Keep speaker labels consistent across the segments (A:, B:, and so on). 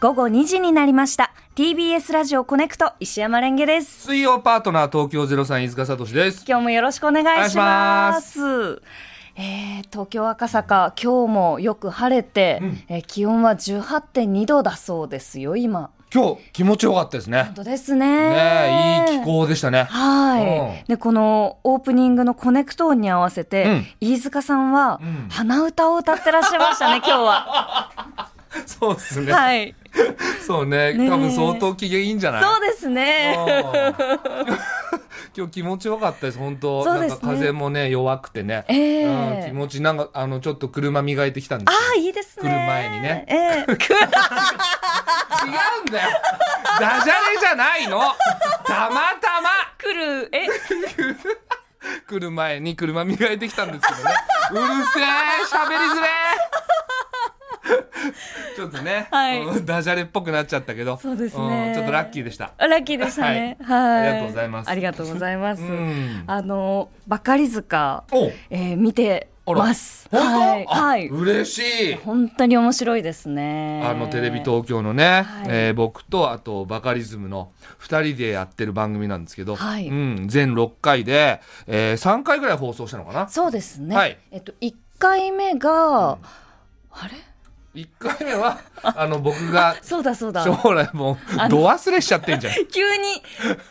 A: 午後2時になりました TBS ラジオコネクト石山レンゲです
B: 水曜パートナー東京ゼロさん飯塚聡です。
A: 今日もよろしくお願いします
B: お
A: えー東京赤坂今日もよく晴れて、
B: うん
A: えー気温は18.2度だそうですよ今
B: 今日気持ちよかったですね
A: 本。当ですね
B: ねえいい気候でしたね。
A: はい、
B: うん
A: でこのオープニングのコネクト音に合わせて、
B: うん
A: 飯塚さんは
B: うん
A: 鼻歌を歌ってらっしゃいま したね今日は
B: そうですね。
A: はい
B: そうね。
A: ねえ
B: 多分相当機嫌いいんじゃない。
A: そうですね
B: うん 今日気持ちよかったです本当。
A: そうですね
B: なんか風もね弱くてね。
A: ええ
B: うん気持ちなんかあのちょっと車磨いてきたんで
A: あ
B: す
A: あいいですね
B: 来る前にね
A: ええ
B: けど。違うんだよ。ダジャレじゃないの。たまたま
A: 来るえ
B: 来る前に車磨いてきたんです けどね。うるせえ喋りづれえ ちょっとね、
A: はい
B: うんダジャレっぽくなっちゃったけど。
A: そうですね
B: んちょっとラッキーでした。
A: ラッキーでしたね
B: はい
A: はい
B: ありがとうございます
A: ありがとうございます、
B: うん
A: あのバカリ塚、
B: おう
A: えー見て
B: あら
A: ます
B: 本当、
A: はい、
B: あ
A: はい、
B: 嬉しい
A: 本当に面白いですね
B: あのテレビ東京のね、
A: はい
B: えー僕とあとバカリズムの2人でやってる番組なんですけど、
A: はい
B: うん、全6回で、え3回ぐらい放送したのかな
A: そうですね。
B: はい
A: えっと一回目が、あれ
B: 1回目はあの僕が
A: そうだそうだ。
B: 将来もうど忘れしちゃってんじゃん
A: 急に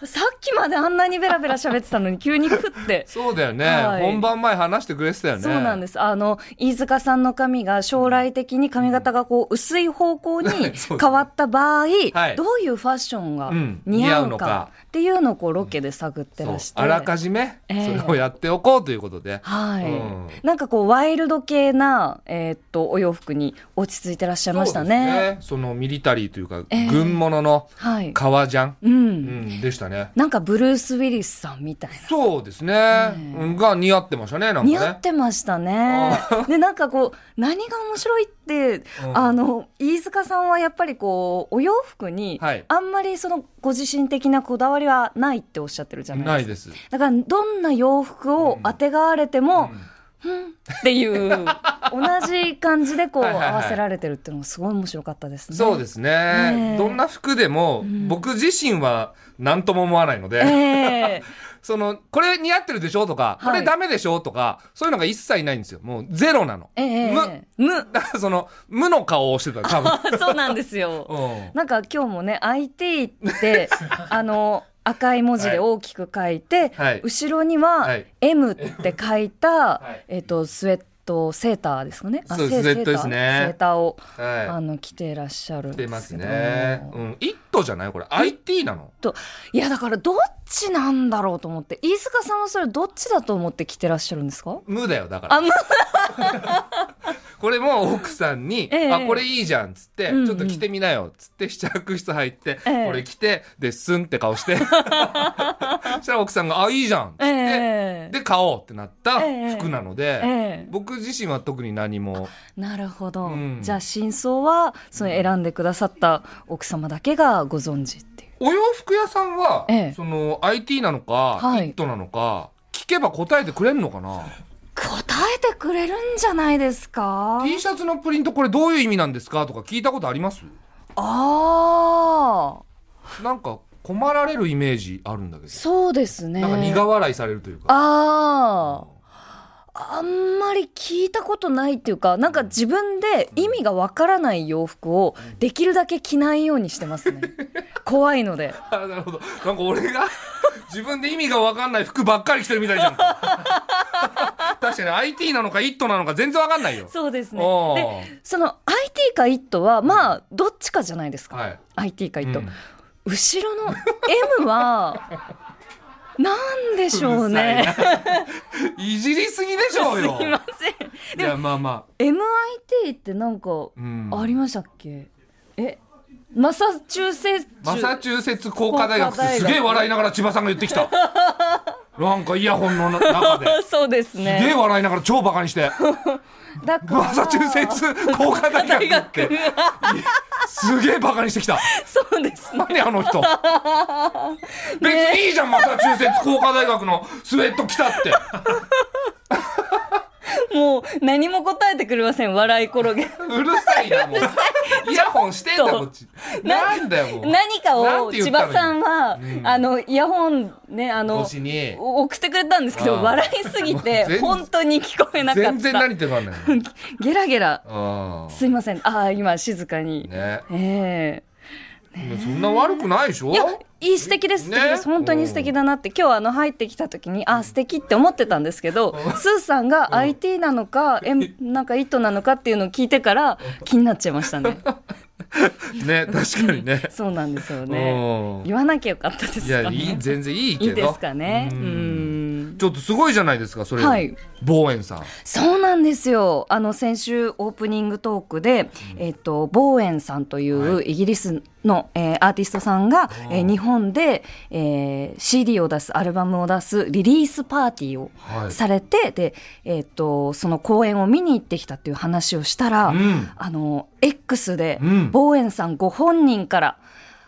A: さっきまであんなにベラベラ喋ってたのに急にふって。
B: そうだよね、
A: はい
B: 本番前話してくれてたよね
A: そうなん
B: で
A: です。あの、飯塚さんの髪が将来的に髪型がこう薄い方向に
B: そう
A: 変わった場合、
B: はい
A: どういうファッションが
B: うん
A: 似合う
B: 似合うの
A: の
B: か
A: かっていうのをこうロケで探ってらして。
B: あらかじめそ
A: ええ
B: れをやっておこうということで、
A: はい、
B: うん
A: なんかこうワイルド系な、えーっとお洋服に落ち着いてらっしゃいましたね。
B: そのミリタリーというか、
A: ええ
B: 軍物の
A: はい、
B: 革ジャン、
A: う
B: うんん、でしたね
A: なんかブルース・ウィリスさんみたいな。
B: そうですね、
A: え
B: うんが似合ってましたねなんかね
A: 似合ってましたね。で、なんかこう、何が面白いって、
B: うん
A: あの、飯塚さんはやっぱりこう、お洋服に
B: はい、
A: あんまりその、ご自身的なこだわりはないっておっしゃってるじゃ
B: な
A: ない
B: い
A: です
B: です、
A: か。だから、どんな洋服を当てがわれて
B: う
A: も、
B: ん
A: っていう、同じ感じでこう、
B: はいはいはい
A: 合わせられてるっていうのがすごい面白かったですね。。
B: そうですすね
A: え
B: どんな服でも、
A: うん
B: 僕自身は何とも思わないので、
A: ええ
B: そのこれ似合ってるでしょとか、こ
A: は
B: れ
A: い
B: ダメでしょとかそういうのが一切ないんですよもうゼロなの
A: ええむ。
B: だからその無の顔をしてた多分、
A: そうなんですよ。
B: うん
A: なんか今日もね IT ってあの赤い文字で大きく書いて、
B: はい
A: 後ろに
B: は
A: はい M って書いた、
B: い
A: えっとスウェットセーターですかね。あ
B: そう
A: セ
B: スウェットですね
A: セーターセーターを、あ
B: は
A: の着ていらっしゃるん
B: い出
A: で
B: ますす
A: けど。
B: ねうん「イット!」じゃないこれ IT なの
A: といやだからどっちなんだろうと思って飯塚さんはそれどっちだと思って着てらっしゃるんですか？
B: 無だよだから
A: あ、ま
B: これも奥さんに「
A: ええ
B: あこれいいじゃん」っつって、
A: うんうん
B: ちょっと着てみなよ」っつって試着室入って、
A: ええ
B: これ着てでスンって 顔してそしたら奥さんが「あいいじゃん」っつって、
A: ええ
B: で買おうってなった
A: ええ
B: 服なの
A: え
B: で、
A: え
B: 僕自身は特に何も
A: なるほど、
B: うん
A: じゃあ真相はその選んでくださった奥様だけがご存知っていう。
B: お洋服屋さんは、
A: ええ
B: その IT なのか、
A: はい
B: イットなのか聞けば答えてくれんのかな
A: 答えてくれるんじゃないですか
B: T シャツのプリントこれどういう意味なんですかとか聞いたことあります
A: ああ
B: なんか困られるイメージあるんだけど、
A: そうですね
B: なんか苦笑いされるというか
A: あああんまり聞いたことないっていうかなんか自分で意味がわからない洋服をできるだけ着ないようにしてます ね怖いので
B: あなるほどなんか俺が 自分で意味が分かんない服ばっかり着てるみたい じゃん確かに IT なのか IT なのか全然分かんないよ
A: そうですね
B: おー
A: でその IT か IT はまあどっちかじゃないですか、
B: はい
A: IT か
B: うん
A: IT、後ろの M は なんでしょうね
B: うるさいないじりすぎでしょうよ
A: すいません
B: いやまあま
A: MIT ってなんか
B: あ、うん、
A: ありましたっけ、えマサチューセッツ
B: マサチューセッツ工科大学っ
A: 工科大
B: て
A: 学
B: すげえ笑いながら千葉さんが言ってき たなんかイヤホンの中で
A: そうです
B: すげえ
A: ね
B: 笑いながら超バカ にして
A: だから
B: マサチューセッツ工科大学って すげえバカにしてきた
A: そうですね
B: 何あの人別 にいいじゃんマサチューセッツ工科大学のスウェット着たって
A: もう何も答えてくれません笑い転げ
B: うるさいな、もう。イヤホンしてん
A: ち
B: だ、
A: ょっと
B: こっち。なんだよ、もう。
A: 何か
B: なん
A: を
B: て言
A: 千
B: った
A: 葉
B: の
A: さんは、あのイヤホンねあの
B: 腰に。
A: 送ってくれたんですけど
B: あー
A: 笑いすぎ
B: 全然
A: て本当に聞こえなかった
B: 全然何言ってるかわかんない。
A: ゲラゲラ
B: あ
A: すいませんああ今静かに、
B: あ。ね。
A: ええ
B: そんな悪くないでしょ
A: いやいい素敵です素
B: ね
A: 敵です、本当に素敵だなって今日あの入ってきた時にあ素敵って思ってたんですけどスーさんが IT なの か、えなんか「イット!」なのかっていうのを聞いてから気になっちゃいましたね
B: ね、確かにね。
A: そうなんですよ ね
B: う
A: 言わなきゃよかったです
B: ん。い
A: か
B: や、
A: ね
B: いい、全然いいけ
A: い
B: ど。
A: いですかね
B: う
A: うんん
B: ちょっとすごいじゃないですか、それ。
A: はい。
B: 望遠さん。
A: そうなんですよあの先週オープニングトークで、えっとボーエンさんという
B: は
A: イギリスの、えーアーティストさんが、えー日本で、えー CD を出すアルバムを出すリリースパーティーを
B: はい。
A: されて、で、えっとその公演を見に行ってきたっていう話をしたら、
B: うん
A: あの X で、
B: うん
A: ボーエンさんご本人から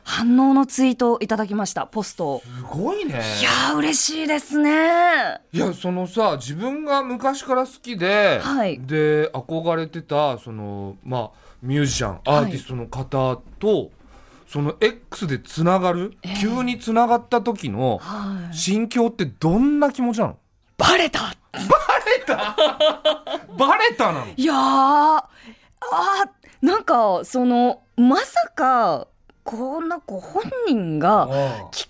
A: 反応のツイートをいただきましたポストを。
B: すごいね。
A: いやー嬉しいですね
B: いやそのさ自分が昔から好きで、
A: はい
B: で憧れてたそのまあミュージシャンアーティストの方と、その X でつながる、急につながった時の
A: はい
B: 心境ってどんな気持ちなの
A: バレた
B: バレたなの
A: いやーあーなんかそのまさかこんなご本人が
B: ああ
A: 行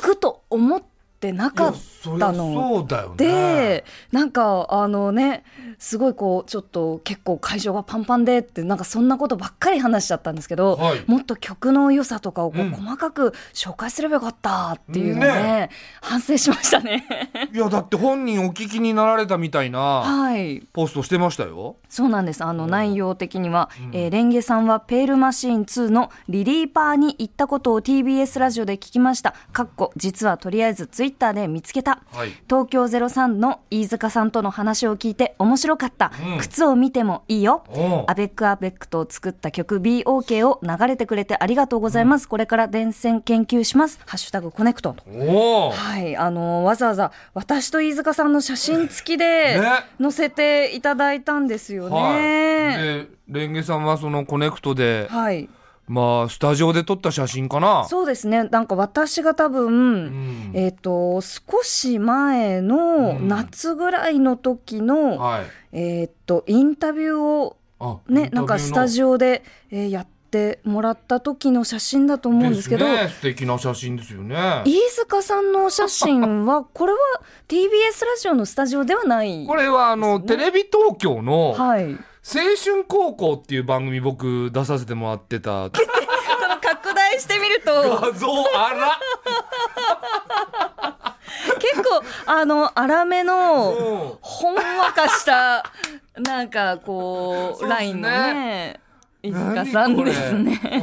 A: くと思ってないか
B: や
A: っ
B: そりゃそうだよ
A: た
B: ね
A: でなんかあのねすごいこうちょっと結構会場がパンパンでってなんかそんなことばっかり話しちゃったんですけど、
B: はい
A: もっと曲の良さとかをこ
B: うん
A: う細かく紹介すればよかったっていうのね,、
B: ね
A: 反省しましたね。
B: いやだって本人お聞きになられたみたいな
A: はい
B: ポストしてましたよ
A: そうなんです。あ
B: う
A: の
B: ん
A: 内容的には、えーレンゲさんはペールマシーン2のリリーパーに行ったことを TBS ラジオで聞きました。かっこ実はとりあえずツイッターで見つけた。
B: はい
A: 東京03の飯塚さんとの話を聞いて面白かった。
B: うん
A: 靴を見てもいいよ。
B: おう
A: アベックアベックと作った曲 BOK を流れてくれてありがとうございます。これから伝染研究します。ハッシュタグコネクトと。
B: おう
A: はい、あのわざわざ私と飯塚さんの写真付きで
B: ね
A: 載せていただいたんですよ
B: はい
A: ね。
B: でレンゲさんはそのコネクトで
A: はい、
B: まあスタジオで撮った写真かな。
A: そうですね。なんか私が多分、
B: ん
A: えっ、と少し前の
B: うん
A: 夏ぐらいの時の、
B: はい。
A: えっ、とインタビューを
B: あ
A: ねなんかスタジオで、えーやってもらった時の写真だと
B: オ
A: 思うんですけど。
B: ね、素敵な写真ですよね。
A: 飯塚さんのお写真はこれは TBS ラジオのスタジオではない。
B: これはあの、テレビ東京の青
A: はい。
B: 春高校っていう番組僕出させてもらってた
A: この拡大してみると
B: 画像あら
A: 結構あの粗めの
B: うん
A: ほんわかしたなんかこう
B: そうっすね
A: ラインのね飯塚さんですね。
B: 何これう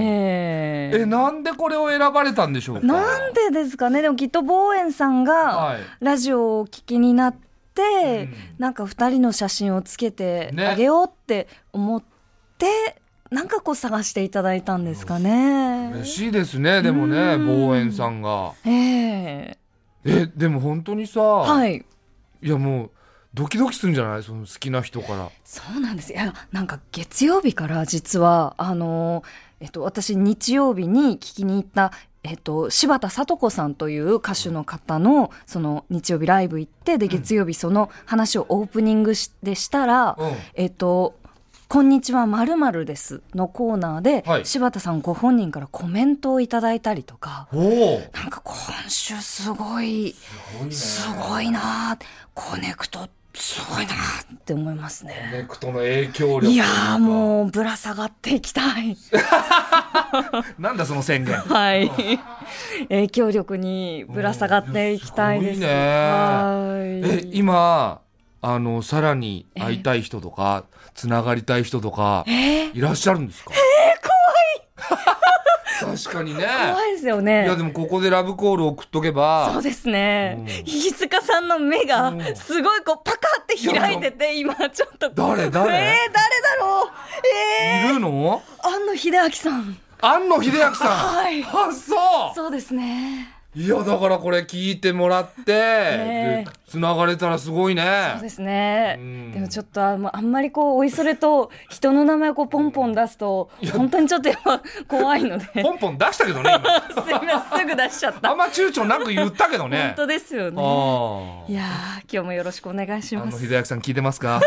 B: ん
A: え
B: え
A: え
B: なんでこれを選ばれたんでしょうか。
A: なんでですかねでもきっと望遠さんが
B: はい。
A: ラジオをお聞きになって、
B: ん
A: なんか2人の写真をつけて
B: ね
A: あげようって思って、なんかこう探していただいたんですかね。
B: 嬉しいですね。でもね、
A: うん
B: 望遠さんが。
A: ええ
B: え、でも本当にさ。
A: はい
B: いやもうドキドキするんじゃないその好きな人から。
A: そうなんですいやなんか月曜日から実はあのえっと私日曜日に聞きに行ったえっと、柴田聡子さんという歌手の方のその日曜日ライブ行ってで月曜日その話をオープニングしでしたら、
B: うん
A: えっと「こんにちはまるまるです」のコーナーで、
B: はい
A: 柴田さんご本人からコメントをいただいたりとか
B: おお。
A: なんか今週すごい
B: すごいね。
A: すごいなあコネクトすごいなあって思いますね。
B: ネクトの影響力。
A: いやーもうぶら下がっていきた い。
B: う。なんだその宣言。
A: はい。影響力にぶら下がっていきたいです。
B: うんいや
A: は
B: え
A: い。
B: 今あのさらに会いたい人とかつながりたい人とか
A: え
B: いらっしゃるんですか。え怖い。 確かにね。
A: 怖いですよ
B: いや
A: ね
B: で。もここでラブコール送っとけ
A: そ
B: ば
A: う。ですね
B: うん。
A: 飯塚さんの目
B: う
A: が
B: ん
A: すごいこうパカって開いてて今ちょっと。え
B: 誰誰
A: ー誰だろう。え
B: いるの？
A: ー、安野秀明さん。
B: 安野秀明さん。
A: はい
B: あそう。
A: そうですね。
B: いやだからこれ聞いてもらって、
A: ええ
B: で繋がれたらすごい
A: そうで
B: ね。
A: すね、
B: うん
A: でもちょっとあんまあんまりこうおいそれと人の名前をこうポンポン出すと本当にちょっとやっぱ怖いのですい
B: ポンポン出したけどね。今
A: ませ んすぐ出しちゃ った、
B: あんま躊躇なく言ったけど
A: 本
B: ね。
A: 当ですよね
B: あ
A: いやー今日もよろしくお願いし
B: あ。あ
A: ま
B: の
A: す
B: 秀明さん聞いてますか。